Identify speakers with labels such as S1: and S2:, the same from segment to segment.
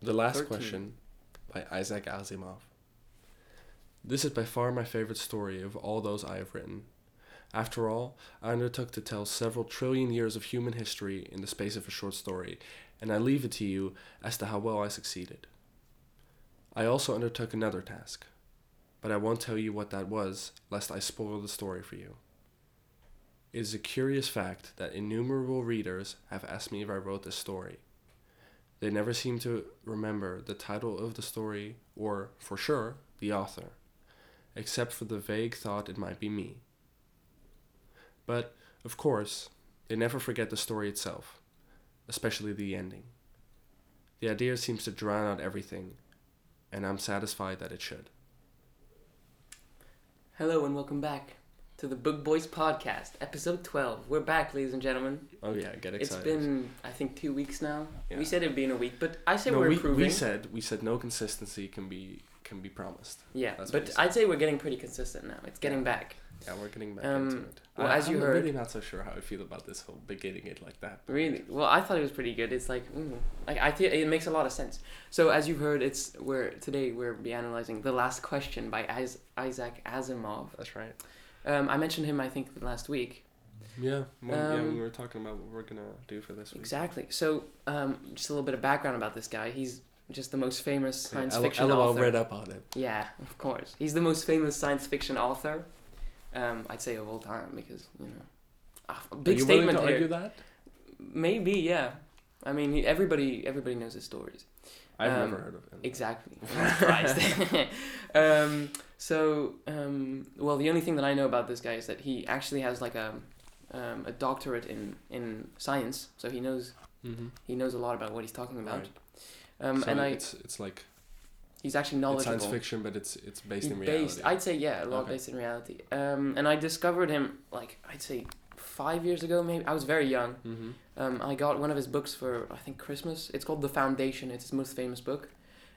S1: The Last
S2: 13.
S1: Question by Isaac Asimov. This is by far my favorite story of all those I have written. After all, I undertook to tell several trillion years of human history in the space of a short story, and I leave it to you as to how well I succeeded. I also undertook another task, but I won't tell you what that was lest I spoil the story for you. It is a curious fact that innumerable readers have asked me if I wrote this story. They never seem to remember the title of the story or, for sure, the author, except for the vague thought it might be me. But, of course, they never forget the story itself, especially the ending. The idea seems to drown out everything, and I'm satisfied that it should.
S2: Hello and welcome back to the Book Boys Podcast, episode 12. We're back, ladies and gentlemen.
S1: Oh, yeah, get excited.
S2: It's been, I think, two weeks now.
S1: Yeah.
S2: We said it'd be in a week, but I say
S1: no,
S2: we're
S1: we,
S2: improving.
S1: we said we said no consistency can be can be promised.
S2: yeah,
S1: that's what we
S2: but
S1: said.
S2: I'd say we're getting pretty consistent now. It's getting back.
S1: Yeah, we're getting back
S2: Um,
S1: into it.
S2: well,
S1: I,
S2: as you
S1: I'm
S2: heard-
S1: really not so sure how I feel about this whole beginning it like that. but-
S2: Really? Well, I thought it was pretty good. It's like, mm, like I think it makes a lot of sense. So as you've heard, it's we're today we're be analyzing the last question by Is- Isaac Asimov.
S1: That's right.
S2: Um, I mentioned him, I think, last week.
S1: Yeah, when, yeah, when
S2: Um,
S1: we were talking about what we're gonna do for this week.
S2: Exactly. So um, just a little bit of background about this guy. He's just the most famous
S1: Yeah,
S2: science
S1: L-
S2: fiction
S1: LOL
S2: author.
S1: read up on it.
S2: Yeah, of course. He's the most famous science fiction author. Um, I'd say of all time because you know, ah, a big
S1: Are you willing
S2: statement
S1: to
S2: here.
S1: argue that?
S2: Maybe yeah. I mean, he, everybody everybody knows his stories.
S1: I've
S2: Um,
S1: never heard of him.
S2: Exactly. I'm surprised. um, so, um, well, the only thing that I know about this guy is that he actually has like a um, a doctorate in in science, so he knows
S1: Mm-hmm.
S2: he knows a lot about what he's talking about.
S1: Right.
S2: Um,
S1: so
S2: and I,
S1: it's it's like
S2: he's actually
S1: it's
S2: knowledgeable.
S1: science fiction, but it's it's based
S2: He's
S1: in reality.
S2: I'd say yeah, a lot
S1: Okay.
S2: based in reality. Um, and I discovered him like I'd say five years ago, maybe. I was very young.
S1: mm-hmm.
S2: Um, I got one of his books for I think Christmas. It's called The Foundation. It's his most famous book,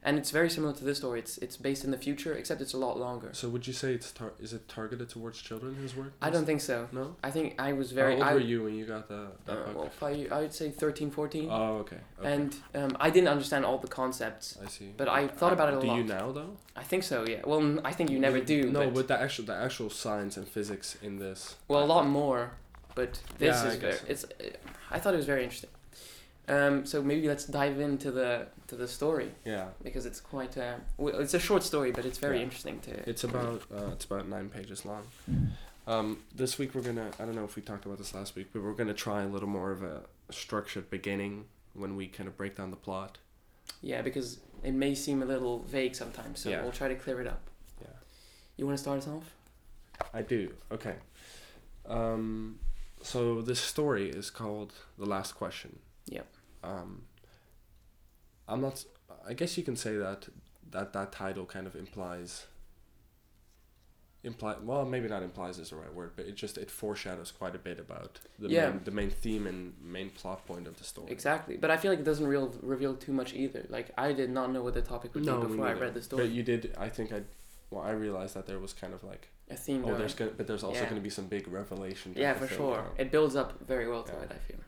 S2: and it's very similar to this story. It's it's based in the future, except it's a lot longer.
S1: So would you say it's tar- is it targeted towards children? His work?
S2: I don't think so.
S1: No.
S2: I think I was very.
S1: How old
S2: I,
S1: were you when you got the that
S2: uh,
S1: book?
S2: well, five, I would say 13, 14.
S1: oh, okay. okay.
S2: And um, I didn't understand all the concepts.
S1: I see.
S2: but I thought about it a
S1: Do you
S2: lot.
S1: now though?
S2: I think so. Yeah. Well, n- I think you never do.
S1: No,
S2: but,
S1: but the actual the actual science and physics in this.
S2: well, a lot more. But this
S1: Uh, Yeah, I
S2: is very,
S1: guess
S2: it's. I thought it was very interesting. Um, so maybe let's dive into the to the story.
S1: Yeah.
S2: because it's quite a well, it's a short story, but it's very
S1: Yeah.
S2: interesting to.
S1: It's about uh, it's about nine pages long. Um, this week we're gonna I don't know if we talked about this last week, but we're gonna try a little more of a structured beginning when we kind of break down the plot.
S2: yeah, because it may seem a little vague sometimes, so
S1: Yeah.
S2: we'll try to clear it up.
S1: Yeah.
S2: You want to start us off?
S1: I do. Okay. Um, so this story is called "The Last Question."
S2: Yep.
S1: Um, I'm not. I guess you can say that that that title kind of implies. Imply well, maybe not implies is the right word, but it just it foreshadows quite a bit about the
S2: Yeah.
S1: main, the main theme and main plot point of the story.
S2: Exactly, but I feel like it doesn't real, reveal too much either. Like I did not know what the topic would
S1: No, me
S2: be before I
S1: neither.
S2: read the story.
S1: But you did. I think I. Well, I realized that there was kind of like
S2: a theme.
S1: oh,
S2: going.
S1: there's gonna, but there's also
S2: Yeah.
S1: gonna be some big revelation. type
S2: yeah,
S1: of
S2: for
S1: thing
S2: sure.
S1: going on.
S2: It builds up very well to
S1: Yeah.
S2: it. I feel.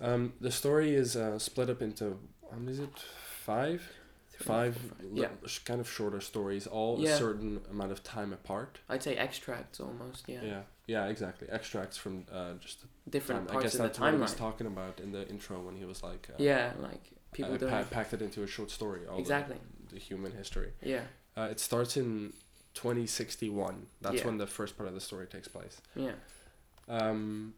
S1: Um, the story is uh, split up into how many is it? Five,
S2: Three,
S1: five,
S2: four, five.
S1: li-
S2: Yeah,
S1: sh- kind of shorter stories, all
S2: Yeah.
S1: a certain amount of time apart.
S2: I'd say extracts almost. Yeah.
S1: Yeah, yeah, exactly. Extracts from uh, just the
S2: Different
S1: time. I
S2: parts
S1: guess
S2: of
S1: that's
S2: the
S1: what he was
S2: timeline.
S1: talking about in the intro when he was like, uh,
S2: yeah, like people
S1: uh,
S2: don't.
S1: pa-
S2: have-
S1: packed it into a short story. All
S2: exactly.
S1: The, the human history.
S2: Yeah.
S1: Uh, it starts in 2061. That's
S2: Yeah.
S1: when the first part of the story takes place.
S2: Yeah.
S1: Um,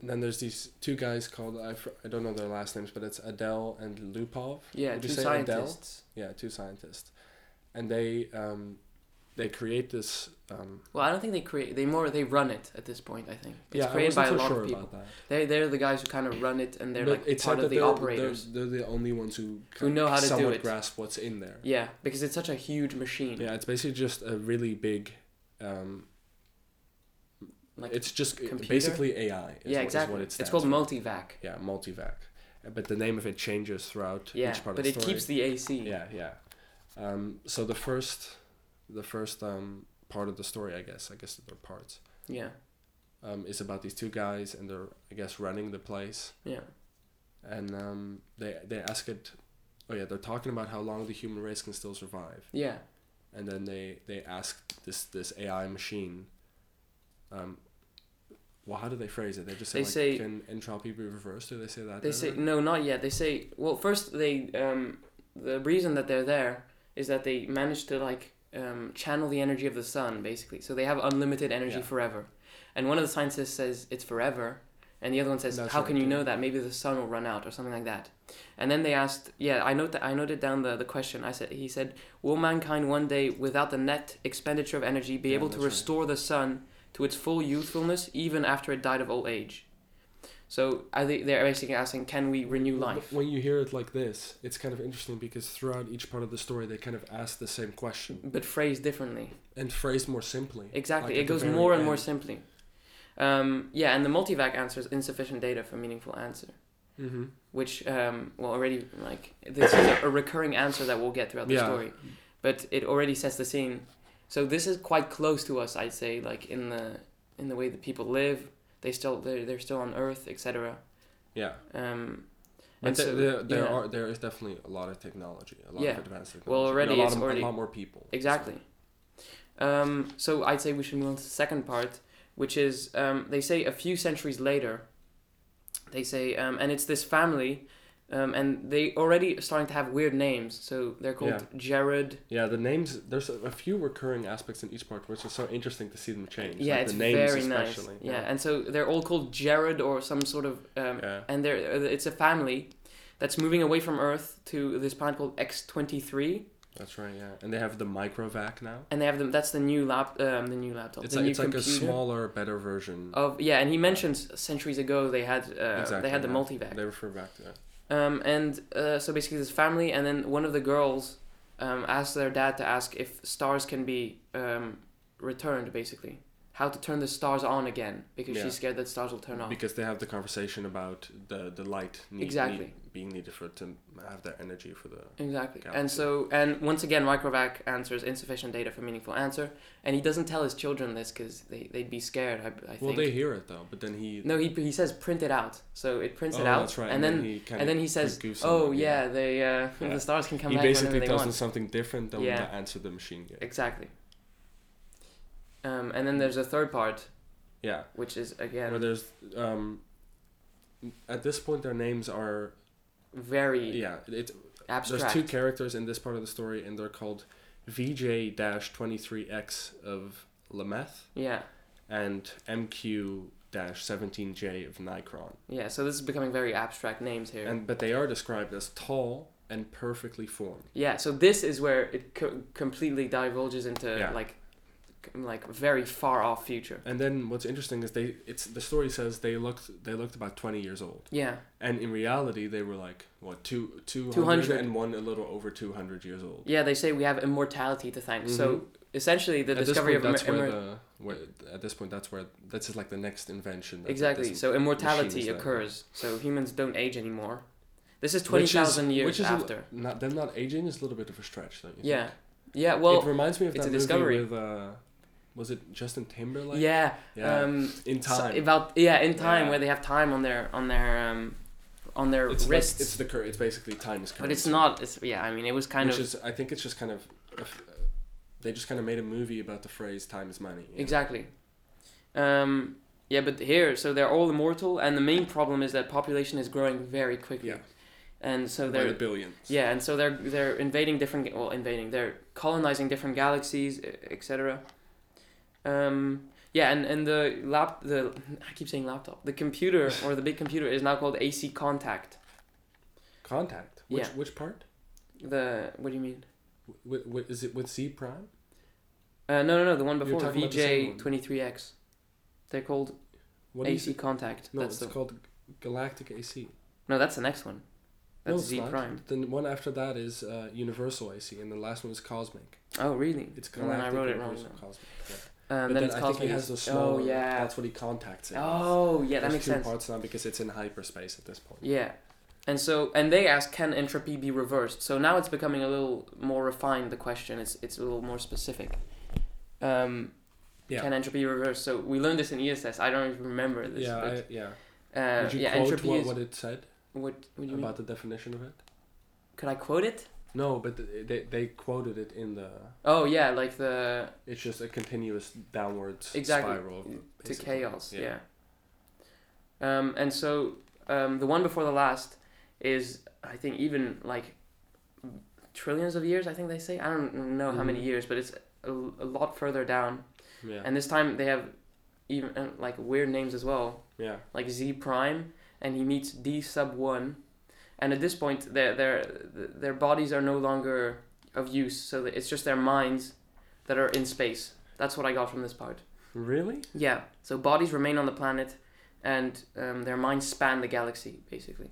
S1: and then there's these two guys called I, fr- I don't know their last names, but it's Adele and Lupov.
S2: Yeah.
S1: Would
S2: two
S1: you say Adele?
S2: scientists.
S1: Yeah, two scientists, and they um, they create this. Um,
S2: Well, I don't think they create. They more they run it at this point. I think it's
S1: yeah, I
S2: created
S1: wasn't
S2: by a
S1: so
S2: lot
S1: sure
S2: of people.
S1: about that.
S2: They they're the guys who kind of run it, and they're
S1: But
S2: like
S1: it said
S2: part of
S1: that
S2: the
S1: they're-
S2: operators.
S1: They're, they're the only ones who
S2: Who know how to do
S1: somewhat
S2: it.
S1: grasp what's in there.
S2: Yeah, because it's such a huge machine.
S1: Yeah, it's basically just a really big. Um,
S2: Like
S1: it's just
S2: computer?
S1: basically AI. Is what- is
S2: yeah, exactly.
S1: What it
S2: it's
S1: stands
S2: called
S1: for.
S2: multivac.
S1: Yeah, multivac, Uh, but the name of it changes throughout
S2: Yeah,
S1: each part
S2: but
S1: of
S2: it
S1: the story.
S2: keeps the AC.
S1: Yeah, yeah. Um, so the first, the first um, part of the story, I guess, I guess there are parts,
S2: yeah,
S1: um, is about these two guys and they're, I guess, running the place,
S2: yeah.
S1: and um, they they ask it oh yeah, they're talking about how long the human race can still survive,
S2: Yeah.
S1: and then they they ask this this AI machine. Um, well, how do they phrase it? They just say,
S2: They
S1: like,
S2: say-
S1: can entropy be reversed? Do they say that?
S2: They
S1: there
S2: say
S1: then?
S2: no, not yet. They say well, first they um, the reason that they're there is that they managed to like um, channel the energy of the sun basically, so they have unlimited energy
S1: Yeah.
S2: forever. And one of the scientists says it's forever, and the other one says
S1: That's
S2: how
S1: right,
S2: can you
S1: yeah.
S2: know that? Maybe the sun will run out or something like that. And then they asked, yeah, I note that I noted down the, the question. I said he said, will mankind one day, without the net expenditure of energy, be
S1: Yeah,
S2: able to
S1: that's right.
S2: restore the sun to its full youthfulness even after it died of old age? So I think they're basically asking, can we renew
S1: But
S2: life?
S1: When you hear it like this, it's kind of interesting because throughout each part of the story, they kind of ask the same question
S2: But phrased differently.
S1: and phrased more simply.
S2: Exactly.
S1: Like at
S2: it
S1: the
S2: goes
S1: very
S2: more and more
S1: end.
S2: simply. Um, yeah, and the multivac answers insufficient data for meaningful answer,
S1: Mm-hmm.
S2: which, um, well, already, like, this is a, a recurring answer that we'll get throughout the
S1: Yeah.
S2: story. But it already sets the scene. So this is quite close to us, I'd say, like, in the in the way that people live. They still, they're, they're still on Earth, etc.
S1: Yeah.
S2: Um,
S1: But
S2: and
S1: there,
S2: so,
S1: there, there
S2: yeah.
S1: are there is definitely a lot of technology, a lot
S2: Yeah.
S1: of advanced technology.
S2: Well,
S1: and
S2: already
S1: a lot
S2: it's
S1: of,
S2: already-
S1: a lot more people. so-
S2: Exactly. Um, so I'd say we should move on to the second part, which is um, they say a few centuries later. They say, um, and it's this family, um, and they already are starting to have weird names. So they're called Jared.
S1: Yeah, the names. There's a, a few recurring aspects in each part, which is so interesting to see them change.
S2: yeah,
S1: like
S2: it's
S1: the names
S2: very
S1: especially.
S2: nice. Yeah. and so they're all called Jared or some sort of, um,
S1: Yeah.
S2: and they're it's a family that's moving away from Earth to this planet called X twenty three,
S1: that's right. Yeah, and they have the microvac now.
S2: and they have them. That's the new lap, um, the new laptop,
S1: It's
S2: the
S1: like
S2: new
S1: it's like a
S2: computer. Oh,
S1: smaller, better version.
S2: of yeah and he mentions centuries ago they had uh, they had the
S1: yeah.
S2: multivac
S1: They refer back to that.
S2: um, and uh, so basically this family and then one of the girls um, asked their dad to ask if stars can be um, returned basically how to turn the stars on again because
S1: Yeah.
S2: she's scared that stars will turn off
S1: because they have the conversation about the the light need,
S2: Exactly.
S1: need- being needed for to have their energy for the
S2: exactly and
S1: Galaxy.
S2: so and once again microvac answers insufficient data for meaningful answer and he doesn't tell his children this because they, they'd be scared i, I think
S1: well they hear it though but then he
S2: no he, he says print it out so it prints
S1: oh,
S2: it out
S1: that's right
S2: and then
S1: he kinda
S2: and then he says,
S1: goofs on
S2: "Oh
S1: them,
S2: yeah, they uh,
S1: Yeah.
S2: the stars can come
S1: he
S2: back
S1: basically
S2: whenever they
S1: tells them
S2: want."
S1: something different than
S2: Yeah.
S1: the answer the machine gave
S2: Exactly. Um, and then there's a third part,
S1: yeah
S2: which is again
S1: where there's um at this point their names are
S2: very
S1: yeah it
S2: abstract.
S1: There's two characters in this part of the story, and they're called VJ-23X of Lameth
S2: yeah,
S1: and MQ-17J of Nikron.
S2: yeah. So this is becoming very abstract names here.
S1: And but they are described as tall and perfectly formed.
S2: yeah. So this is where it co- completely divulges into
S1: Yeah.
S2: like, c- like very far off future.
S1: And then what's interesting is they it's the story says they looked they looked about 20 years old.
S2: Yeah,
S1: And in reality they were like what two 200,
S2: 200.
S1: and one a little over 200 years old.
S2: yeah. They say we have immortality to thank. So essentially, the
S1: Mm-hmm. at this
S2: discovery
S1: point,
S2: of immor-
S1: that's where
S2: immor-
S1: the where, at this point that's where that's like the next invention. that-
S2: exactly.
S1: that's-
S2: So
S1: machine is
S2: immortality
S1: that.
S2: occurs. So humans don't age anymore. This is twenty
S1: Which is-
S2: thousand years
S1: which is a-
S2: after.
S1: Not them not aging is a little bit of a stretch, don't you?
S2: Yeah.
S1: think?
S2: Yeah,
S1: it
S2: well,
S1: reminds me of
S2: it's
S1: that
S2: a discovery.
S1: movie with uh, was it Justin Timberlake?
S2: yeah,
S1: Yeah.
S2: um,
S1: in
S2: so-
S1: time.
S2: about yeah, in time
S1: Yeah.
S2: where they have time on their on their um, on their
S1: it's like-
S2: wrists,
S1: it's the cur- It's basically time is currency.
S2: but it's not. It's yeah. I mean, it was kind
S1: which
S2: of
S1: is I think it's just kind of uh, they just kind of made a movie about the phrase time is money. you know?
S2: exactly. Um, yeah, but here, so they're all immortal, and the main problem is that population is growing very quickly.
S1: Yeah.
S2: and so
S1: By the
S2: they're
S1: billions.
S2: yeah, and so they're they're invading different ga- well invading they're colonizing different galaxies e- etc. Um, yeah, and and the lap the I keep saying laptop the computer or the big computer is now called AC Contact.
S1: Contact. Which
S2: Yeah.
S1: which part?
S2: The what do you mean?
S1: W- w- is it with Z prime?
S2: Uh, no, no, no. The one before
S1: talking about the same
S2: VJ
S1: one.
S2: twenty three X. They're called
S1: What do you
S2: AC
S1: say?
S2: Contact.
S1: No,
S2: that's
S1: it's
S2: the
S1: called Galactic AC.
S2: no. That's the next one.
S1: No,
S2: That's
S1: it's
S2: Z
S1: not.
S2: prime.
S1: The one after that is uh, Universal AC, and the last one is Cosmic.
S2: Oh really?
S1: It's
S2: And then
S1: Galactic
S2: I wrote it wrong.
S1: Universal
S2: then.
S1: Cosmic. yeah.
S2: Um,
S1: But
S2: then
S1: then
S2: it's
S1: I think
S2: cosmic.
S1: he has the smaller.
S2: oh yeah.
S1: That's what he contacts it. with.
S2: Oh yeah. That
S1: There's
S2: makes
S1: two
S2: sense.
S1: parts now because it's in hyperspace at this point.
S2: Yeah. And so and they ask can entropy be reversed? So now it's becoming a little more refined the question. It's it's a little more specific. Um
S1: Yeah.
S2: can entropy be reversed? So we learned this in ESS. I don't even remember this.
S1: yeah,
S2: but,
S1: I, yeah.
S2: uh,
S1: Would you
S2: yeah,
S1: quote
S2: entropy
S1: what,
S2: is
S1: what it said
S2: what what do you mean?
S1: about the definition of it?
S2: Could I quote it?
S1: No, but th- they they quoted it in the.
S2: Oh yeah, like the
S1: It's just a continuous downwards
S2: Exactly.
S1: spiral of
S2: to
S1: basically.
S2: chaos.
S1: Yeah.
S2: Yeah. Um, and so um, the one before the last is I think even like trillions of years. I think they say I don't know how many
S1: Mhm.
S2: years, but it's a, a lot further down.
S1: Yeah.
S2: And this time they have even uh, like weird names as well,
S1: yeah.
S2: like Z prime, and he meets D sub one, and at this point their their their bodies are no longer of use, so that it's just their minds that are in space. That's what I got from this part.
S1: Really?
S2: Yeah. So bodies remain on the planet, and um, their minds span the galaxy, basically.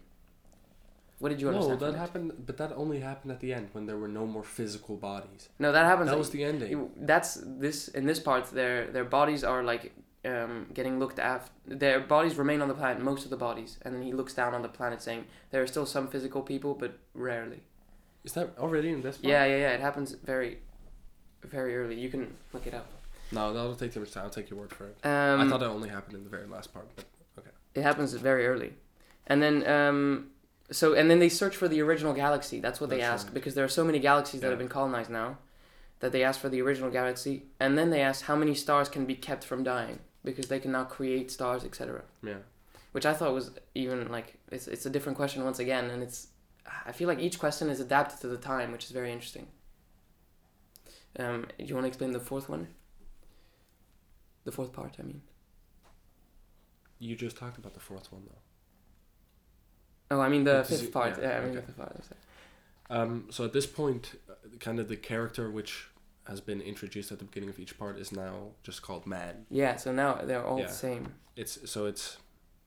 S2: What did you
S1: No,
S2: understand?
S1: that
S2: from it?
S1: happened, but that only happened at the end when there were no more physical bodies.
S2: No, that happens.
S1: That was the ending.
S2: You- That's this in this part. Their their bodies are like um, getting looked after. Their bodies remain on the planet, most of the bodies, and then he looks down on the planet, saying there are still some physical people, but rarely.
S1: Is that already in this part?
S2: Yeah, yeah, yeah. It happens very, very early. You can look it up.
S1: No, that'll take too much time. I'll take your word for it.
S2: Um,
S1: I thought it only happened in the very last part. But
S2: It happens very early, and then um, so and then they search for the original galaxy. That's what they
S1: That's
S2: ask
S1: right.
S2: because there are so many galaxies that
S1: Yeah.
S2: have been colonized now, that they ask for the original galaxy, and then they ask how many stars can be kept from dying because they can now create stars, etc.
S1: yeah.
S2: Which I thought was even like it's it's a different question once again, and it's I feel like each question is adapted to the time, which is very interesting. Um, do you want to explain the fourth one? The fourth part, I mean.
S1: You just talked about the fourth one though.
S2: Oh, I mean the
S1: Which is-
S2: fifth part.
S1: yeah,
S2: Yeah, I mean the
S1: okay.
S2: fifth part. sorry.
S1: Um, so at this point, uh, kind of the character which has been introduced at the beginning of each part is now just called Man.
S2: Yeah, so now they're all
S1: Yeah.
S2: the same.
S1: It's so it's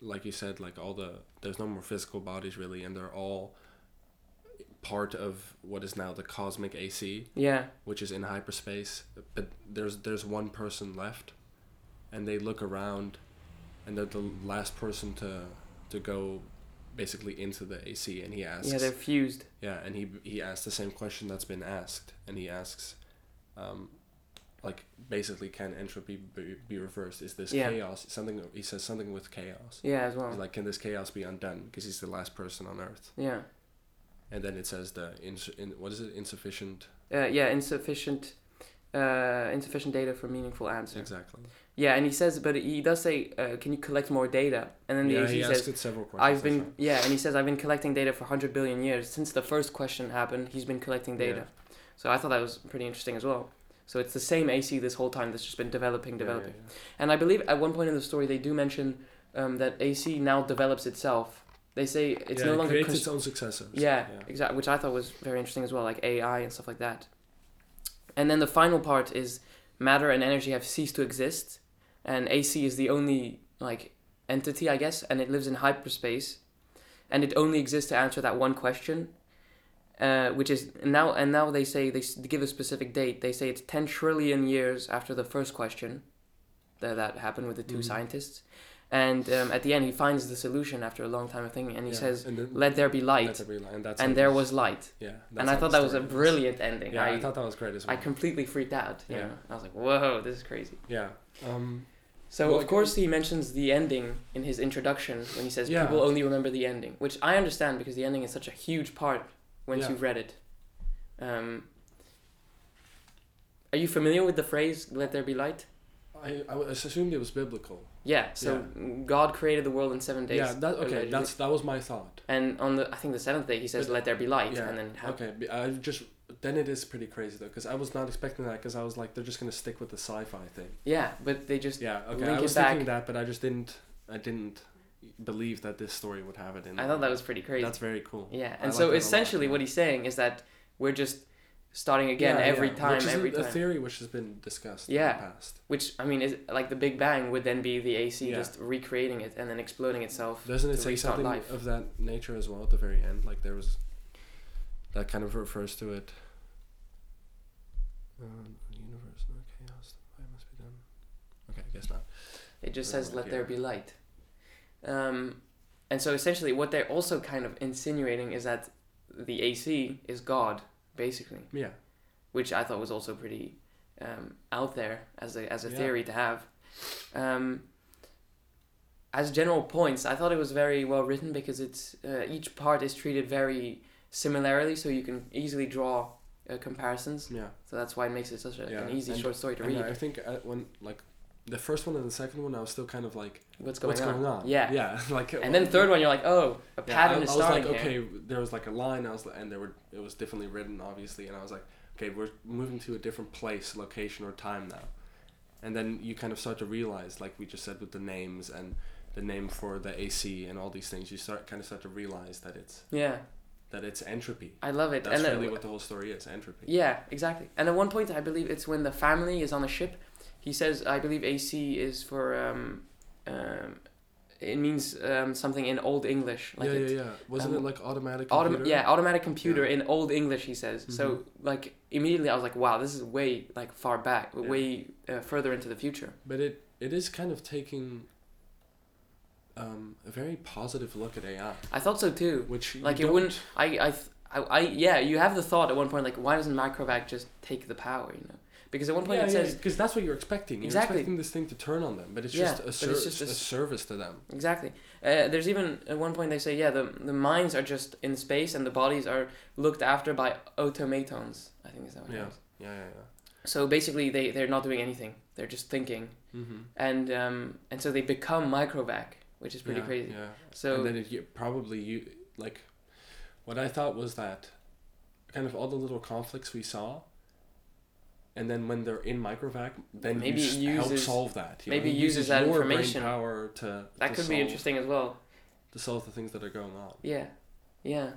S1: like you said, like all the there's no more physical bodies really, and they're all part of what is now the cosmic AC,
S2: Yeah,
S1: which is in hyperspace. But there's there's one person left, and they look around, and they're the last person to to go, basically into the AC, and he asks.
S2: yeah, they're fused.
S1: Yeah, and he he asked the same question that's been asked, and he asks, um, like basically, can entropy be, be reversed? Is this
S2: Yeah.
S1: chaos? Something he says something with chaos.
S2: Yeah, as well.
S1: He's like, can this chaos be undone? Because he's the last person on Earth.
S2: yeah,
S1: And then it says the ins- in, what is it? Insufficient.
S2: uh, yeah, insufficient, uh, insufficient data for meaningful answer.
S1: Exactly.
S2: Yeah, and he says, but he does say, uh, can you collect more data? And then the
S1: yeah,
S2: AC
S1: he
S2: says,
S1: asked it several questions.
S2: I've been yeah, and he says I've been collecting data for hundred billion years since the first question happened. He's been collecting
S1: Yeah.
S2: data, so I thought that was pretty interesting as well. So it's the same AC this whole time that's just been developing, developing. And I believe at one point in the story they do mention um, that AC now develops itself. They say it's no longer
S1: creates
S2: cons-
S1: its own successors.
S2: Yeah, exactly. Which I thought was very interesting as well, like AI and stuff like that. And then the final part is matter and energy have ceased to exist, and AC is the only like entity, I guess, and it lives in hyperspace, and it only exists to answer that one question, uh, which is now. And now they say they s- give a specific date. They say it's ten trillion years after the first question, that that happened with the 2
S1: Mhm.
S2: scientists, and um, at the end he finds the solution after a long time of thinking, and he
S1: Yeah,
S2: says
S1: and then-
S2: let there be
S1: let
S2: light
S1: there be light, and, that's how
S2: and there
S1: this-
S2: was light
S1: Yeah. that's
S2: and i
S1: how
S2: thought
S1: the
S2: that was a
S1: story ends.
S2: brilliant ending
S1: Yeah,
S2: I,
S1: I,
S2: I,
S1: thought that was great as well.
S2: completely freaked out yeah
S1: Yeah.
S2: i was like whoa this is crazy
S1: yeah. Um,
S2: so
S1: Well,
S2: of course he mentions the ending in his introduction when he says
S1: Yeah.
S2: people only remember the ending which i understand because the ending is such a huge part once
S1: Yeah.
S2: you've read it um, are you familiar with the phrase let there be light
S1: I, I assumed it was biblical.
S2: yeah so god created the world in seven days
S1: Yeah, that okay.
S2: allegedly.
S1: That's that was my thought.
S2: and on the i think the seventh day he says
S1: But-
S2: let there be light
S1: yeah,
S2: and then ha-
S1: Okay, b- I just then it is pretty crazy though, because I was not expecting that, because I was like, they're just gonna stick with the sci-fi thing.
S2: yeah but they just
S1: Yeah, okay.
S2: Link
S1: I
S2: it
S1: was
S2: back.
S1: thinking that, but I just didn't. I didn't believe that this story would have it in.
S2: i
S1: there.
S2: thought that was pretty crazy
S1: That's very cool.
S2: Yeah,
S1: I
S2: and
S1: like that
S2: so
S1: a lot,
S2: essentially
S1: yeah.
S2: what he's saying is that we're just starting again
S1: Yeah,
S2: every
S1: yeah,
S2: time,
S1: which is
S2: every
S1: a,
S2: time.
S1: a theory which has been discussed.
S2: Yeah.
S1: In the past.
S2: Which I mean is like the Big Bang would then be the AC
S1: Yeah.
S2: just recreating it and then exploding itself.
S1: Doesn't it
S2: to
S1: say
S2: restart
S1: something
S2: life.
S1: of that nature as well at the very end? Like there was. That kind of refers to it. Um, universe, no chaos. Why must be done? Okay, I guess not.
S2: It just
S1: Oh,
S2: says let
S1: yeah.
S2: there be light. Um, and so essentially what they're also kind of insinuating is that the AC is God basically,
S1: Yeah.
S2: which I thought was also pretty um, out there as a as a
S1: Yeah.
S2: theory to have. Um, as general points, I thought it was very well written because it's uh, each part is treated very similarly, so you can easily draw uh, comparisons.
S1: Yeah.
S2: So that's why it makes it such a,
S1: Yeah,
S2: an easy
S1: and-
S2: short story to
S1: And
S2: read.
S1: I think uh, when like the first one and the second one, I was still kind of like,
S2: what's going
S1: what's
S2: on?
S1: going on?
S2: Yeah.
S1: Yeah. Like.
S2: And then third one, you're like, oh, a
S1: Yeah,
S2: pattern
S1: I,
S2: is
S1: I was
S2: starting
S1: like,
S2: here.
S1: okay, there was like a line. I was li- and there were it was differently written, obviously, and I was like, okay, we're moving to a different place, location, or time now. And then you kind of start to realize, like we just said with the names and the name for the AC and all these things, you start kind of start to realize that it's
S2: Yeah,
S1: that it's entropy.
S2: I love it.
S1: That's
S2: and then-
S1: really what the whole story is, entropy.
S2: Yeah, exactly. And at one point, I believe it's when the family is on a ship. He says, I believe AC is for um, um, it means um, something in old English, like
S1: yeah,
S2: it,
S1: yeah, yeah. Wasn't
S2: um,
S1: it like automatic?
S2: Autom-
S1: computer?
S2: yeah, automatic computer in old English. He says so.
S1: Mhm.
S2: Like immediately, I was like, "Wow, this is way like far back,
S1: Yeah.
S2: way uh, further into the future."
S1: But it it is kind of taking um, a very positive look at AI,
S2: I thought so too.
S1: which you
S2: Like it
S1: don't-
S2: wouldn't. I I, th- I I yeah. You have the thought at one point, like, why doesn't Microvac just take the power? You know, because at one point it says
S1: because that's what you're expecting. You're
S2: Exactly.
S1: expecting this thing to turn on them, but it's
S2: Yeah,
S1: just
S2: but
S1: a
S2: it's
S1: service,
S2: just
S1: a,
S2: a s-
S1: service to them.
S2: Exactly. Uh, there's even at one point they say, yeah, the the minds are just in space and the bodies are looked after by automatons. I think is that what
S1: Yeah.
S2: it is.
S1: Yeah, yeah,
S2: So basically, they they're not doing anything. They're just thinking,
S1: yeah. Mm-hmm.
S2: and um, and so they become microvac, which is pretty
S1: yeah,
S2: crazy.
S1: Yeah.
S2: So
S1: and then it, you, probably you like, what I thought was that, kind of all the little conflicts we saw. And then when they're in microvac, then
S2: Maybe
S1: you s-
S2: it
S1: help
S2: uses-
S1: solve that. You
S2: maybe
S1: know?
S2: it
S1: You
S2: uses that
S1: your brain
S2: information.
S1: power to
S2: that
S1: to
S2: could be
S1: solve-
S2: interesting as well.
S1: to solve the things that are going on.
S2: Yeah, yeah.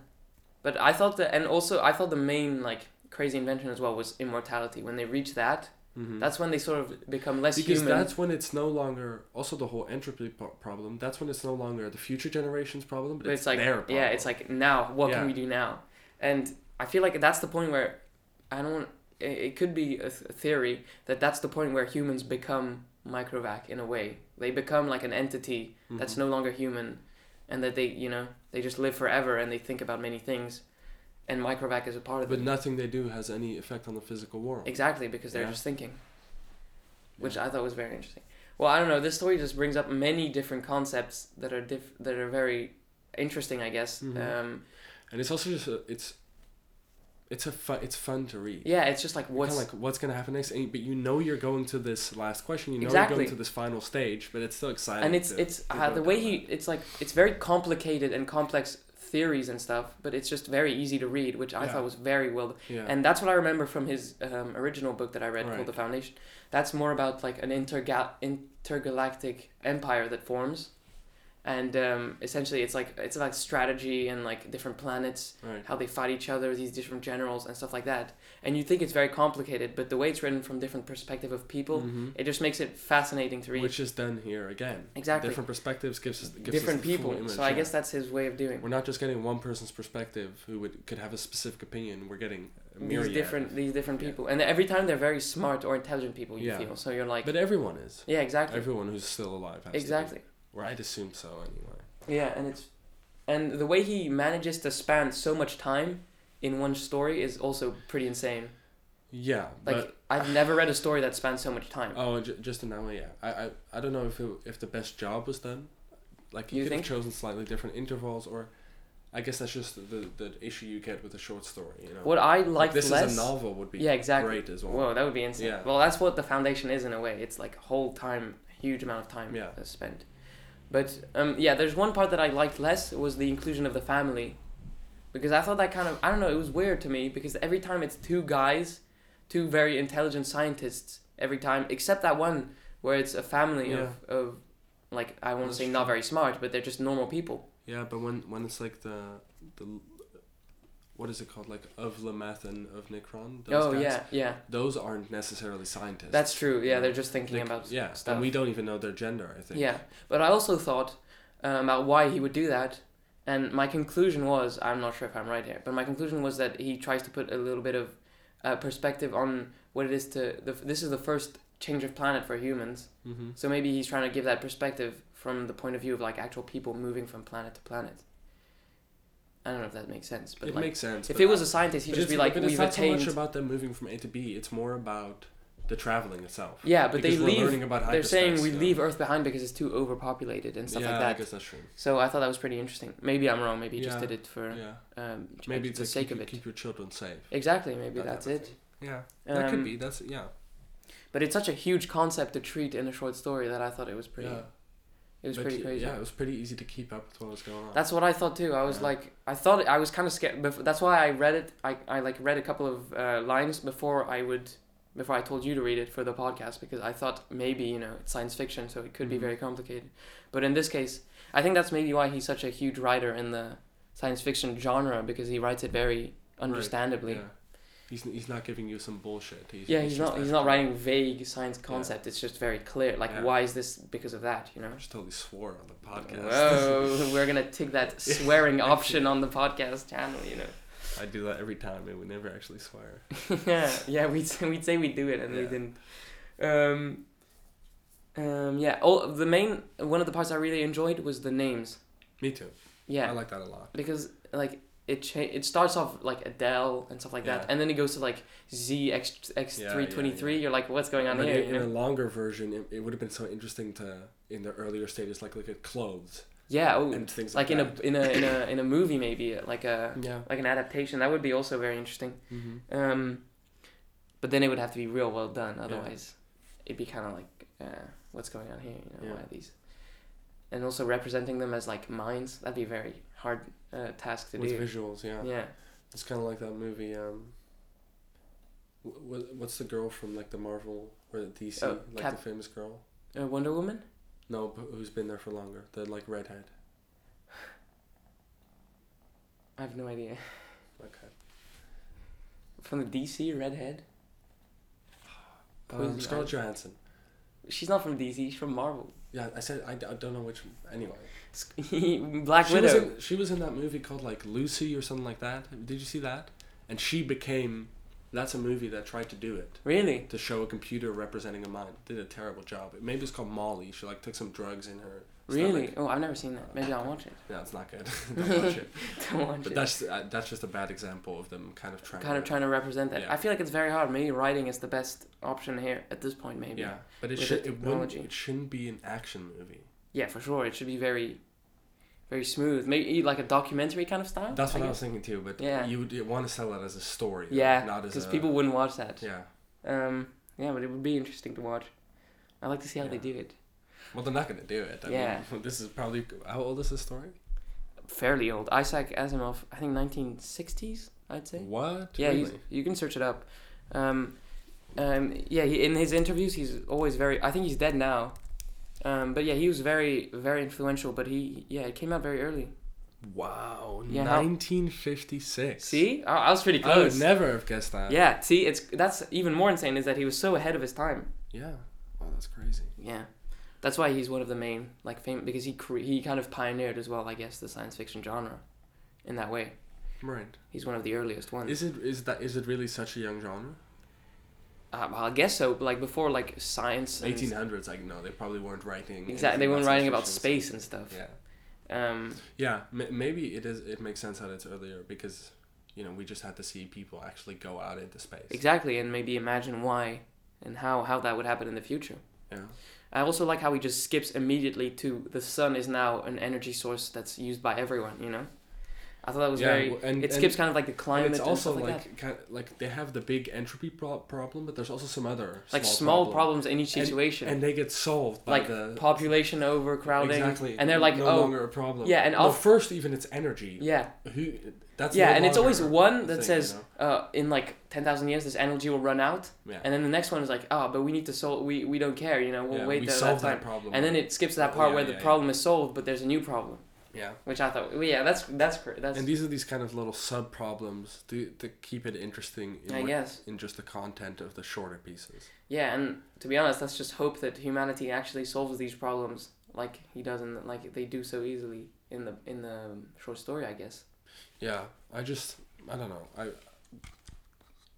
S2: But I thought that, and also I thought the main like crazy invention as well was immortality. When they reach that,
S1: Mm-hmm.
S2: that's when they sort of become less
S1: because
S2: human.
S1: that's when it's no longer also the whole entropy po- problem. That's when it's no longer the future generation's problem, but,
S2: but
S1: it's,
S2: it's like
S1: their problem.
S2: yeah it's like now what
S1: Yeah.
S2: can we do now and i feel like that's the point where i don't it- it could be a, th- a theory that that's the point where humans become microvac in a way they become like an entity that's
S1: Mhm.
S2: no longer human and that they you know they just live forever and they think about many things and microvac is a part of
S1: but
S2: it
S1: nothing they do has any effect on the physical world.
S2: exactly because they're
S1: Yeah.
S2: just thinking which
S1: Yeah.
S2: i thought was very interesting well i don't know this story just brings up many different concepts that are diff- that are very interesting i guess
S1: Mhm.
S2: um,
S1: and it's also just a, it's it's a fun it's fun to read.
S2: yeah it's just like
S1: You're kinda
S2: what's
S1: like what's gonna happen next? And, but you know you're going to this last question. You know
S2: Exactly.
S1: you're going to this final stage, but it's still exciting.
S2: and it's
S1: to-
S2: it's
S1: to
S2: uh,
S1: go
S2: the way
S1: down
S2: he it's like it's very complicated and complex theories and stuff but it's just very easy to read which i
S1: Yeah.
S2: thought was very well
S1: that. yeah.
S2: and that's what i remember from his um, original book that i read
S1: Right.
S2: called the foundation that's more about like an interga- intergalactic empire that forms and um, essentially it's like it's about strategy and like different planets
S1: right.
S2: how they fight each other these different generals and stuff like that and you think it's very complicated but the way it's written from different perspective of people
S1: Mhm.
S2: it just makes it fascinating to read
S1: Which is done here again.
S2: Exactly.
S1: Different perspectives gives us gives us
S2: different
S1: the full
S2: people.
S1: image,
S2: so I
S1: yeah.
S2: guess that's his way of doing
S1: We're not just getting one person's perspective who would could have a specific opinion. We're getting a
S2: these
S1: myriad.
S2: different these different
S1: Yeah.
S2: people, and every time they're very smart or intelligent people. You
S1: Yeah.
S2: feel so you're like
S1: but everyone is.
S2: yeah exactly
S1: Everyone who's still alive has
S2: exactly
S1: To be. Or I'd assume so anyway.
S2: yeah, and it's and the way he manages to span so much time in one story is also pretty insane.
S1: Yeah,
S2: Like
S1: but
S2: I've never read a story that spans so much time.
S1: oh, j- just an hour. Yeah, I, I, I don't know if it, if the best job was done. Like you,
S2: You
S1: could
S2: think?
S1: have chosen slightly different intervals, or I guess that's just the the issue you get with a short story. You know,
S2: what I liked
S1: this
S2: less.
S1: is a novel would be
S2: yeah, exactly.
S1: great as well.
S2: Whoa, that would be insane.
S1: Yeah.
S2: Well, that's what the foundation is in a way. It's like whole time, huge amount of time
S1: Yeah.
S2: uh, spent. But um, yeah, there's one part that I liked less was the inclusion of the family, because I thought that kind of I don't know it was weird to me because every time it's two guys, two very intelligent scientists every time except that one where it's a family of of like I won't
S1: That's
S2: say
S1: true.
S2: not very smart but they're just normal people.
S1: Yeah, but when when it's like the the what is it called like of Lameth and of Necron? Those
S2: oh
S1: guys,
S2: yeah, yeah,
S1: those aren't necessarily scientists.
S2: that's true. Yeah,
S1: Yeah.
S2: they're just thinking
S1: Like,
S2: about
S1: yeah,
S2: stuff.
S1: and we don't even know their gender. I think.
S2: Yeah, but I also thought um, about why he would do that, and my conclusion was I'm not sure if I'm right here, but my conclusion was that he tries to put a little bit of uh, perspective on what it is to. The, this is the first change of planet for humans,
S1: Mm-hmm.
S2: so maybe he's trying to give that perspective from the point of view of like actual people moving from planet to planet. I don't know if that makes sense, but
S1: it
S2: like,
S1: makes sense.
S2: if
S1: but
S2: it was a scientist, he'd
S1: but
S2: just be
S1: it's-
S2: like,
S1: but it's
S2: "We've
S1: not so
S2: attained."
S1: much about them moving from A to B. It's more about the traveling itself.
S2: Yeah, but
S1: Because
S2: they
S1: we're learning
S2: leave.
S1: about
S2: They're saying
S1: hyperspace
S2: we
S1: now.
S2: leave Earth behind because it's too overpopulated and stuff
S1: yeah,
S2: like
S1: I
S2: that.
S1: guess that's true.
S2: So I thought that was pretty interesting. Maybe I'm wrong. Maybe he just
S1: Yeah.
S2: did it for
S1: Yeah,
S2: um, j-
S1: maybe
S2: for
S1: to
S2: the sake
S1: keep,
S2: of it.
S1: keep your children safe.
S2: exactly. Maybe
S1: That
S2: that's
S1: type of
S2: it.
S1: thing. Yeah,
S2: Um,
S1: that could be. That's yeah.
S2: But it's such a huge concept to treat in a short story that I thought it was pretty.
S1: yeah.
S2: It was
S1: But
S2: pretty
S1: y-
S2: crazy.
S1: Yeah, it was pretty easy to keep up with what was going on.
S2: That's what I thought too. I was
S1: Yeah.
S2: like, I thought I was kind of scared. Bef- that's why I read it. I, I like read a couple of uh, lines before I would, before I told you to read it for the podcast because I thought maybe you know it's science fiction, so it could be
S1: Mhm.
S2: very complicated. But in this case, I think that's maybe why he's such a huge writer in the science fiction genre because he writes it very understandably.
S1: Yeah. He's, he's not giving you some bullshit. He's,
S2: Yeah, he's
S1: just
S2: not
S1: there.
S2: he's not writing vague science concept. It's just very clear. Like,
S1: Yeah.
S2: why is this because of that? You know.
S1: I just totally swore on the podcast.
S2: Whoa, we're gonna take that swearing option on the podcast channel, you know.
S1: I do that every time, and we never actually swear.
S2: yeah, yeah, we'd say, we'd say we do it, and we
S1: Yeah.
S2: didn't. Um, um, yeah. Oh, the main one of the parts I really enjoyed was the names.
S1: Me too.
S2: Yeah,
S1: I like that a lot.
S2: because like it cha- it starts off like Adele and stuff like
S1: Yeah.
S2: that, and then it goes to like Z X X
S1: Yeah, yeah,
S2: three twenty three.
S1: yeah.
S2: You're like, what's going on
S1: But
S2: here?
S1: in,
S2: you
S1: in a
S2: know?
S1: longer version, it, it would have been so interesting to in the earlier stages, like look at clothes
S2: Yeah. Oh,
S1: and things like,
S2: like in a
S1: that.
S2: in a in a in a movie maybe like a
S1: yeah.
S2: like an adaptation that would be also very interesting.
S1: Mm-hmm.
S2: Um, but then it would have to be real well done.
S1: Yeah.
S2: Otherwise, it'd be kind of like, uh, what's going on here? You know, why
S1: Yeah.
S2: are these? And also representing them as like minds. That'd be a very hard uh, task to
S1: With
S2: do.
S1: visuals, yeah.
S2: Yeah.
S1: It's kind of like that movie. Um, wh- wh- what's the girl from like the Marvel or the DC,
S2: Oh,
S1: like
S2: Cap-
S1: the famous girl?
S2: Uh, Wonder Woman.
S1: No, but who's been there for longer? The like redhead.
S2: I have no idea.
S1: Okay.
S2: From the DC redhead.
S1: Um,
S2: Poison
S1: Scarlett Johansson.
S2: She's not from DC. She's from Marvel.
S1: Yeah, I said I, d- I don't know which. Anyway,
S2: Sc- Black
S1: she was
S2: Widow.
S1: in she was in that movie called like Lucy or something like that. Did you see that? And she became. That's a movie that tried to do it
S2: Really?
S1: to show a computer representing a mind. Did a terrible job. Maybe it's called Molly. She like took some drugs in her. stomach.
S2: Really? Oh, I've never seen that. Maybe I'll watch it.
S1: Yeah, it's not good. Don't watch it.
S2: Don't watch
S1: But
S2: it.
S1: that's uh, that's just a bad example of them kind of trying.
S2: kind of
S1: to-
S2: trying to represent that.
S1: Yeah.
S2: I feel like it's very hard. Maybe writing is the best option here at this point. Maybe.
S1: Yeah, but it
S2: with
S1: should
S2: the
S1: it, wouldn't,
S2: technology.
S1: it shouldn't be an action movie.
S2: Yeah, for sure. It should be very, very smooth. Maybe e, like a documentary kind of style.
S1: That's what I,
S2: guess.
S1: was thinking too. But
S2: Yeah.
S1: you would want to sell that as a story.
S2: Yeah,
S1: not as
S2: because
S1: a,
S2: people wouldn't watch that.
S1: uh, Yeah.
S2: Um, yeah, but it would be interesting to watch. I like to see how they
S1: Yeah.
S2: do it.
S1: Well, they're not gonna do it. I
S2: Yeah.
S1: Mean, this is probably how old is this story?
S2: Fairly old. Isaac Asimov, I think 1960s, I'd say.
S1: What?
S2: Yeah,
S1: really?
S2: he's, you can search it up. Um, um, yeah, he, in his interviews, he's always very. I think he's dead now. Um, but yeah, he was very, very influential. But he, yeah, it came out very early.
S1: wow.
S2: Yeah, how-
S1: 1956.
S2: See, Oh, I, I was pretty
S1: I would
S2: close.
S1: never have guessed that.
S2: yeah, see, it's that's even more insane is that he was so ahead of his time.
S1: Yeah. Wow, that's crazy.
S2: Yeah, that's why he's one of the main like fame because he cre- he kind of pioneered as well, I guess, the science fiction genre, in that way.
S1: Right.
S2: He's one of the earliest ones.
S1: Is it is that is it really such a young genre?
S2: uh, well, I guess so. But like before, like science. and-
S1: 1800s. Like no, they probably weren't writing.
S2: Exactly, they
S1: anything
S2: weren't
S1: about
S2: writing about
S1: science
S2: space and stuff.
S1: fiction. Yeah.
S2: Um,
S1: Yeah, m- maybe it is. It makes sense that it's earlier because, you know, we just had to see people actually go out into space.
S2: exactly, and maybe imagine why and how how that would happen in the future.
S1: Yeah.
S2: I also like how he just skips immediately to the sun is now an energy source that's used by everyone. You know, I thought that was
S1: Yeah,
S2: very.
S1: w- and-
S2: it
S1: and-
S2: skips kind of like the climate.
S1: And it's also
S2: and stuff like,
S1: like kind like they have the big entropy pro- problem, but there's also some other
S2: that. like small problems in each
S1: And-
S2: situation.
S1: and they get solved by
S2: like
S1: the
S2: population overcrowding
S1: exactly,
S2: and they're like
S1: no
S2: oh
S1: longer a problem.
S2: yeah, and
S1: no,
S2: I'll-
S1: first even it's energy.
S2: yeah
S1: Who? That's
S2: yeah
S1: no
S2: and it's always
S1: longer
S2: one
S1: the
S2: that
S1: thing,
S2: says
S1: you know?
S2: uh, in like 10,000 years this energy will run out
S1: yeah,
S2: and then the next one is like oh but we need to solve we, we don't care you know we'll
S1: yeah,
S2: wait
S1: we
S2: till that
S1: solved that
S2: time
S1: problem,
S2: and then it skips to that part
S1: Yeah,
S2: where the
S1: yeah, yeah.
S2: problem is solved but there's a new problem
S1: yeah.
S2: which I thought well, yeah that's that's cr- that's
S1: And these are these kind of little sub problems to to keep it interesting. In
S2: I
S1: what-
S2: guess
S1: in just the content of the shorter pieces.
S2: yeah and to be honest let's just hope that humanity actually solves these problems like he does in the, like they do so easily in the in the um, short story I guess
S1: Yeah, I just I don't know. I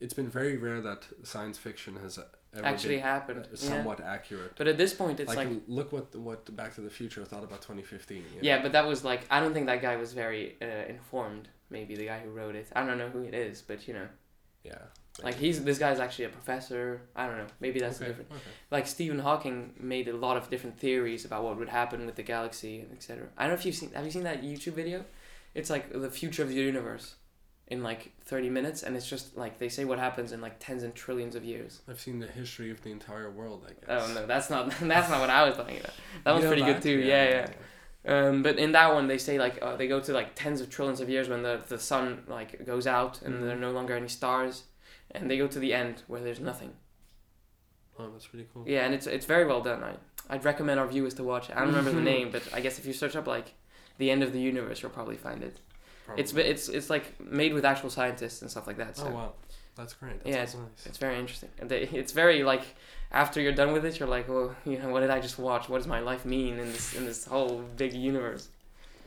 S1: it's been very rare that science fiction has ever
S2: actually
S1: been
S2: happened
S1: uh,
S2: yeah.
S1: somewhat accurate.
S2: but at this point it's
S1: like,
S2: like
S1: look what what Back to the Future thought about 2015. you know?
S2: Yeah, but that was like I don't think that guy was very uh, informed. Maybe the guy who wrote it. I don't know who it is, but you know,
S1: Yeah.
S2: Like he's this guy's actually a professor. I don't know. Maybe that's
S1: okay.
S2: different. like Stephen Hawking made a lot of different theories about what would happen with the galaxy and etc. I don't know if you've seen have you seen that YouTube video? It's like the future of the universe in like 30 minutes and it's just like they say what happens in like tens and trillions of years.
S1: I've seen the history of the entire world, I guess.
S2: Oh no, that's not that's not what I was talking about. That one's
S1: You know
S2: pretty good too. yeah. yeah.
S1: yeah.
S2: Um, but in that one, they say like uh, they go to like tens of trillions of years when the the sun like goes out and
S1: Mhm.
S2: there are no longer any stars, and they go to the end where there's nothing.
S1: Oh, that's pretty cool.
S2: Yeah, and it's it's very well done. I I'd recommend our viewers to watch. it. I don't remember the name, but I guess if you search up like the end of the universe, you'll probably find it.
S1: Probably.
S2: It's it's it's like made with actual scientists and stuff like that. So
S1: Oh wow, that's great. That
S2: Yeah,
S1: sounds nice.
S2: it's very interesting. And they, it's very like after you're done with it, you're like, well, you know, what did I just watch? What does my life mean in this in this whole big universe?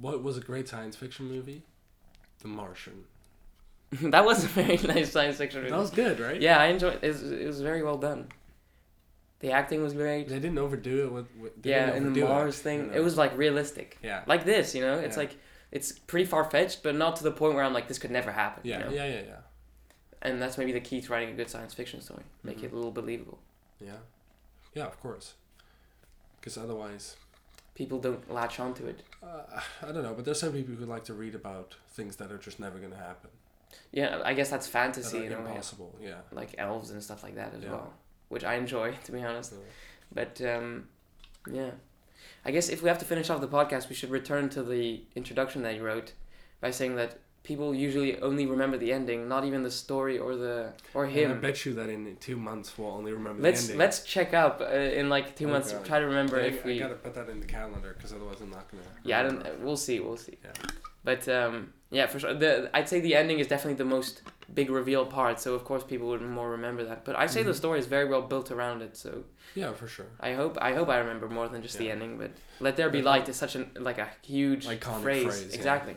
S1: What was a great science fiction movie? The Martian.
S2: that was a very nice science fiction. movie.
S1: That was good, right?
S2: Yeah, I enjoyed. It was, it was very well done. The acting was great.
S1: They didn't overdo it with. with they
S2: yeah,
S1: didn't
S2: and the
S1: overdo it,
S2: Mars thing,
S1: you know?
S2: it was like realistic,
S1: Yeah.
S2: like this. You know, it's
S1: Yeah.
S2: like it's pretty far fetched, but not to the point where I'm like, this could never happen. you
S1: Yeah.
S2: know?
S1: Yeah. Yeah. Yeah.
S2: And that's maybe the key to writing a good science fiction story, make
S1: Mm-hmm.
S2: it a little believable.
S1: Yeah. Yeah. Of course. Because otherwise,
S2: People don't latch onto it.
S1: uh, I don't know. But there's some people who like to read about things that are just never going to happen,
S2: Yeah, I guess that's
S1: that
S2: fantasy
S1: are
S2: in a way,
S1: impossible. Yeah.
S2: like elves and stuff like that as
S1: Yeah.
S2: well, which I enjoy to be honest.
S1: So-
S2: But um, yeah, I guess if we have to finish off the podcast, we should return to the introduction that you wrote by saying that people usually only remember the ending, not even the story or the or
S1: And I
S2: him.
S1: bet you that in two months we'll only remember
S2: Let's
S1: the ending.
S2: let's check up uh, in like two
S1: Oh,
S2: months.
S1: God.
S2: Try to remember
S1: I,
S2: if
S1: I
S2: we.
S1: gotta put that in the calendar because otherwise I'm not gonna.
S2: Yeah, I
S1: remember.
S2: don't. uh, We'll see. We'll see.
S1: Yeah.
S2: But um, yeah, for sure. The I'd say the ending is definitely the most big reveal part. So of course people would more remember that. But I say the
S1: Mhm.
S2: story is very well built around it. So
S1: Yeah, for sure.
S2: I hope I hope I remember more than just the
S1: Yeah.
S2: ending, but "Let there be
S1: Iconic.
S2: light" is such an like a huge
S1: Iconic
S2: phrase.
S1: phrase, yeah.
S2: Exactly.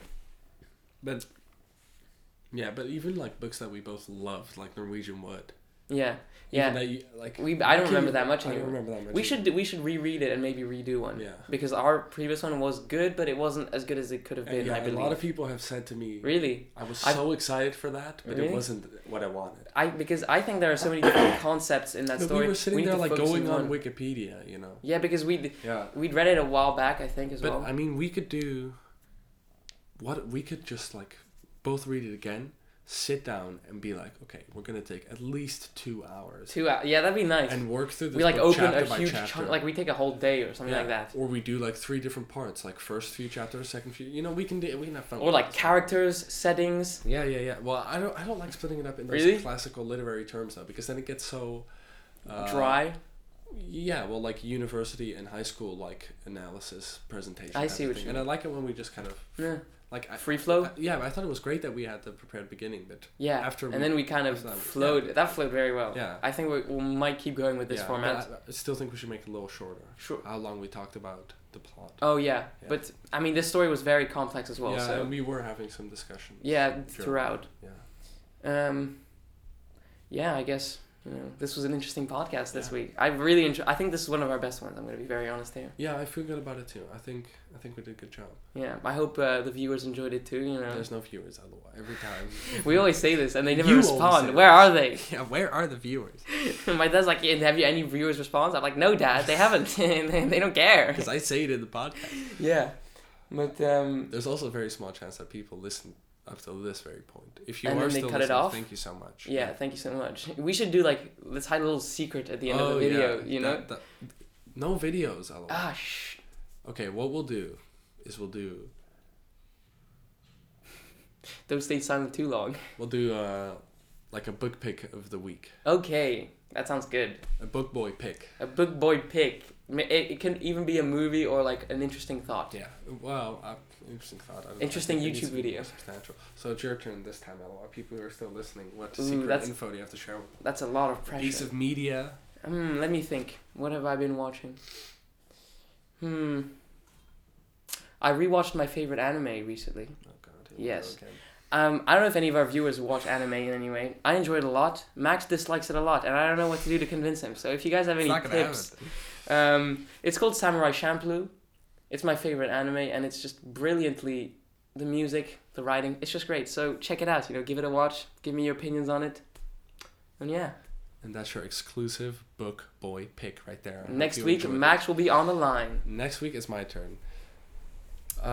S1: But yeah, but even like books that we both loved, like Norwegian Wood.
S2: Yeah,
S1: Even
S2: yeah.
S1: That you, like
S2: We I don't
S1: can-
S2: remember that much
S1: I don't
S2: anymore.
S1: remember that much.
S2: We should do- we should reread it and maybe redo one.
S1: Yeah.
S2: Because our previous one was good, but it wasn't as good as it could have
S1: And
S2: been.
S1: yeah,
S2: I
S1: a
S2: believe.
S1: lot of people have said to me,
S2: really,
S1: "I was
S2: I've-
S1: so excited for that, but
S2: Really?
S1: it wasn't what I wanted."
S2: I because I think there are so many different concepts in that
S1: But
S2: story.
S1: we were sitting
S2: need
S1: there
S2: to
S1: like
S2: focus
S1: going on
S2: one.
S1: Wikipedia, you know.
S2: Yeah, because we
S1: Yeah,
S2: we'd read it a while back, I think, as
S1: but
S2: well.
S1: I mean, we could do. What we could just like, both read it again, sit down, and be like, okay, we're gonna take at least two hours
S2: Two hours. Yeah, that'd be nice.
S1: and work through this.
S2: we like
S1: book
S2: open
S1: chapter
S2: a
S1: by
S2: huge
S1: chapter.
S2: chunk, like we take a whole day or something like that.
S1: Or we do like three different parts, like first few chapters, second few. You know, we can do. We can have fun.
S2: Or
S1: with
S2: like
S1: this.
S2: characters, settings.
S1: Yeah, yeah, yeah. Well, I don't. I don't like splitting it up into
S2: Really?
S1: classical literary terms though, because then it gets so uh,
S2: dry.
S1: Yeah, well, like university and high school like analysis presentation.
S2: I
S1: type
S2: see
S1: of
S2: what
S1: thing.
S2: you Oh.
S1: And I like it when we just kind of
S2: Yeah.
S1: like. I,
S2: Free flow.
S1: I- yeah, I thought it was great that we had the prepared beginning, but
S2: Yeah.
S1: after
S2: and
S1: we-
S2: then we kind of
S1: after that, yeah.
S2: flowed. That flowed very well.
S1: Yeah.
S2: I think we, we might keep going with this
S1: yeah, but
S2: format.
S1: I, I still think we should make it a little shorter.
S2: Sure.
S1: How long we talked about the plot.
S2: Oh yeah.
S1: Yeah.
S2: But I mean, this story was very complex as well.
S1: yeah,
S2: so
S1: and we were having some discussion.
S2: yeah,
S1: Sure.
S2: throughout.
S1: Yeah.
S2: Um, yeah, I guess you know this was an interesting podcast this
S1: Yeah.
S2: week. I really enjoy. I think this is one of our best ones. I'm gonna be very honest here.
S1: Yeah, I feel good about it too. I think I think we did a good job.
S2: Yeah. I hope uh, the viewers enjoyed it too. You know.
S1: There's no viewers otherwise every time.
S2: we always say this, and they never
S1: You always say
S2: respond.
S1: that.
S2: Where are they?
S1: yeah, where are the viewers?
S2: My dad's like, "Yeah, "Have you any viewers' response?" I'm like, "No, dad, they haven't. they they don't care."
S1: Because I say it in the podcast.
S2: Yeah, but um,
S1: There's also a very small chance that people listen up till this very point. If you
S2: And
S1: are
S2: then they
S1: still
S2: cut it
S1: listening,
S2: off?
S1: thank you so much.
S2: yeah, thank you so much. We should do like let's hide a little secret at the end of
S1: Oh,
S2: the video.
S1: yeah,
S2: You know?
S1: that- that- no videos otherwise.
S2: Ah, shh.
S1: Okay, what we'll do is we'll do
S2: Don't stay silent too long.
S1: we'll do uh like a book pick of the week,
S2: Okay, that sounds good.
S1: a book boy pick.
S2: A book boy pick. Ma- It, it can even be a movie or like an interesting thought.
S1: Yeah. Well, uh, interesting thought. I don't know.
S2: Interesting
S1: I think it needs
S2: YouTube
S1: to be
S2: video.
S1: Substantial. So it's your turn this time, Elwa. People who are still listening, what
S2: Ooh,
S1: secret
S2: Mm, that's-
S1: info do you have to share? with
S2: That's a lot of
S1: a Piece
S2: pressure.
S1: of media.
S2: Hmm, let me think. What have I been watching? Hmm. I rewatched my favorite anime recently.
S1: Oh God. here we go
S2: Yes.
S1: again.
S2: Um, I don't know if any of our viewers watch anime in any way. I enjoy it a lot. Max dislikes it a lot, and I don't know what to do to convince him. So if you guys have
S1: It's
S2: any
S1: not gonna
S2: tips,
S1: happen.
S2: Um, it's called Samurai Champloo. It's my favorite anime, and it's just brilliantly the music, the writing. It's just great. So check it out. You know, give it a watch. Give me your opinions on it. And yeah,
S1: And that's your exclusive book boy pick right there. I hope
S2: next
S1: you
S2: week
S1: enjoyed it.
S2: Max will be on the line.
S1: Next week is my turn.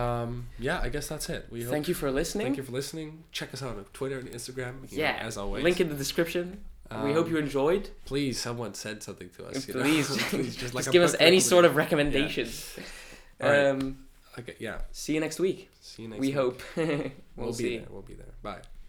S1: Um, yeah, I guess that's it. We
S2: Thank
S1: hope,
S2: you for listening.
S1: Thank you for listening. Check us out on Twitter and Instagram. you know,
S2: Yeah,
S1: as always.
S2: Link in the description. we
S1: Um,
S2: hope you enjoyed.
S1: Please, someone said something to us. You know?
S2: please,
S1: Please, just like a
S2: give us
S1: book
S2: any sort of
S1: recommendation.
S2: recommendations.
S1: Yeah. All right.
S2: Um,
S1: Okay, yeah.
S2: see you next week.
S1: See you next.
S2: we
S1: week.
S2: hope. we'll
S1: We'll, be
S2: see.
S1: there. We'll be there. Bye.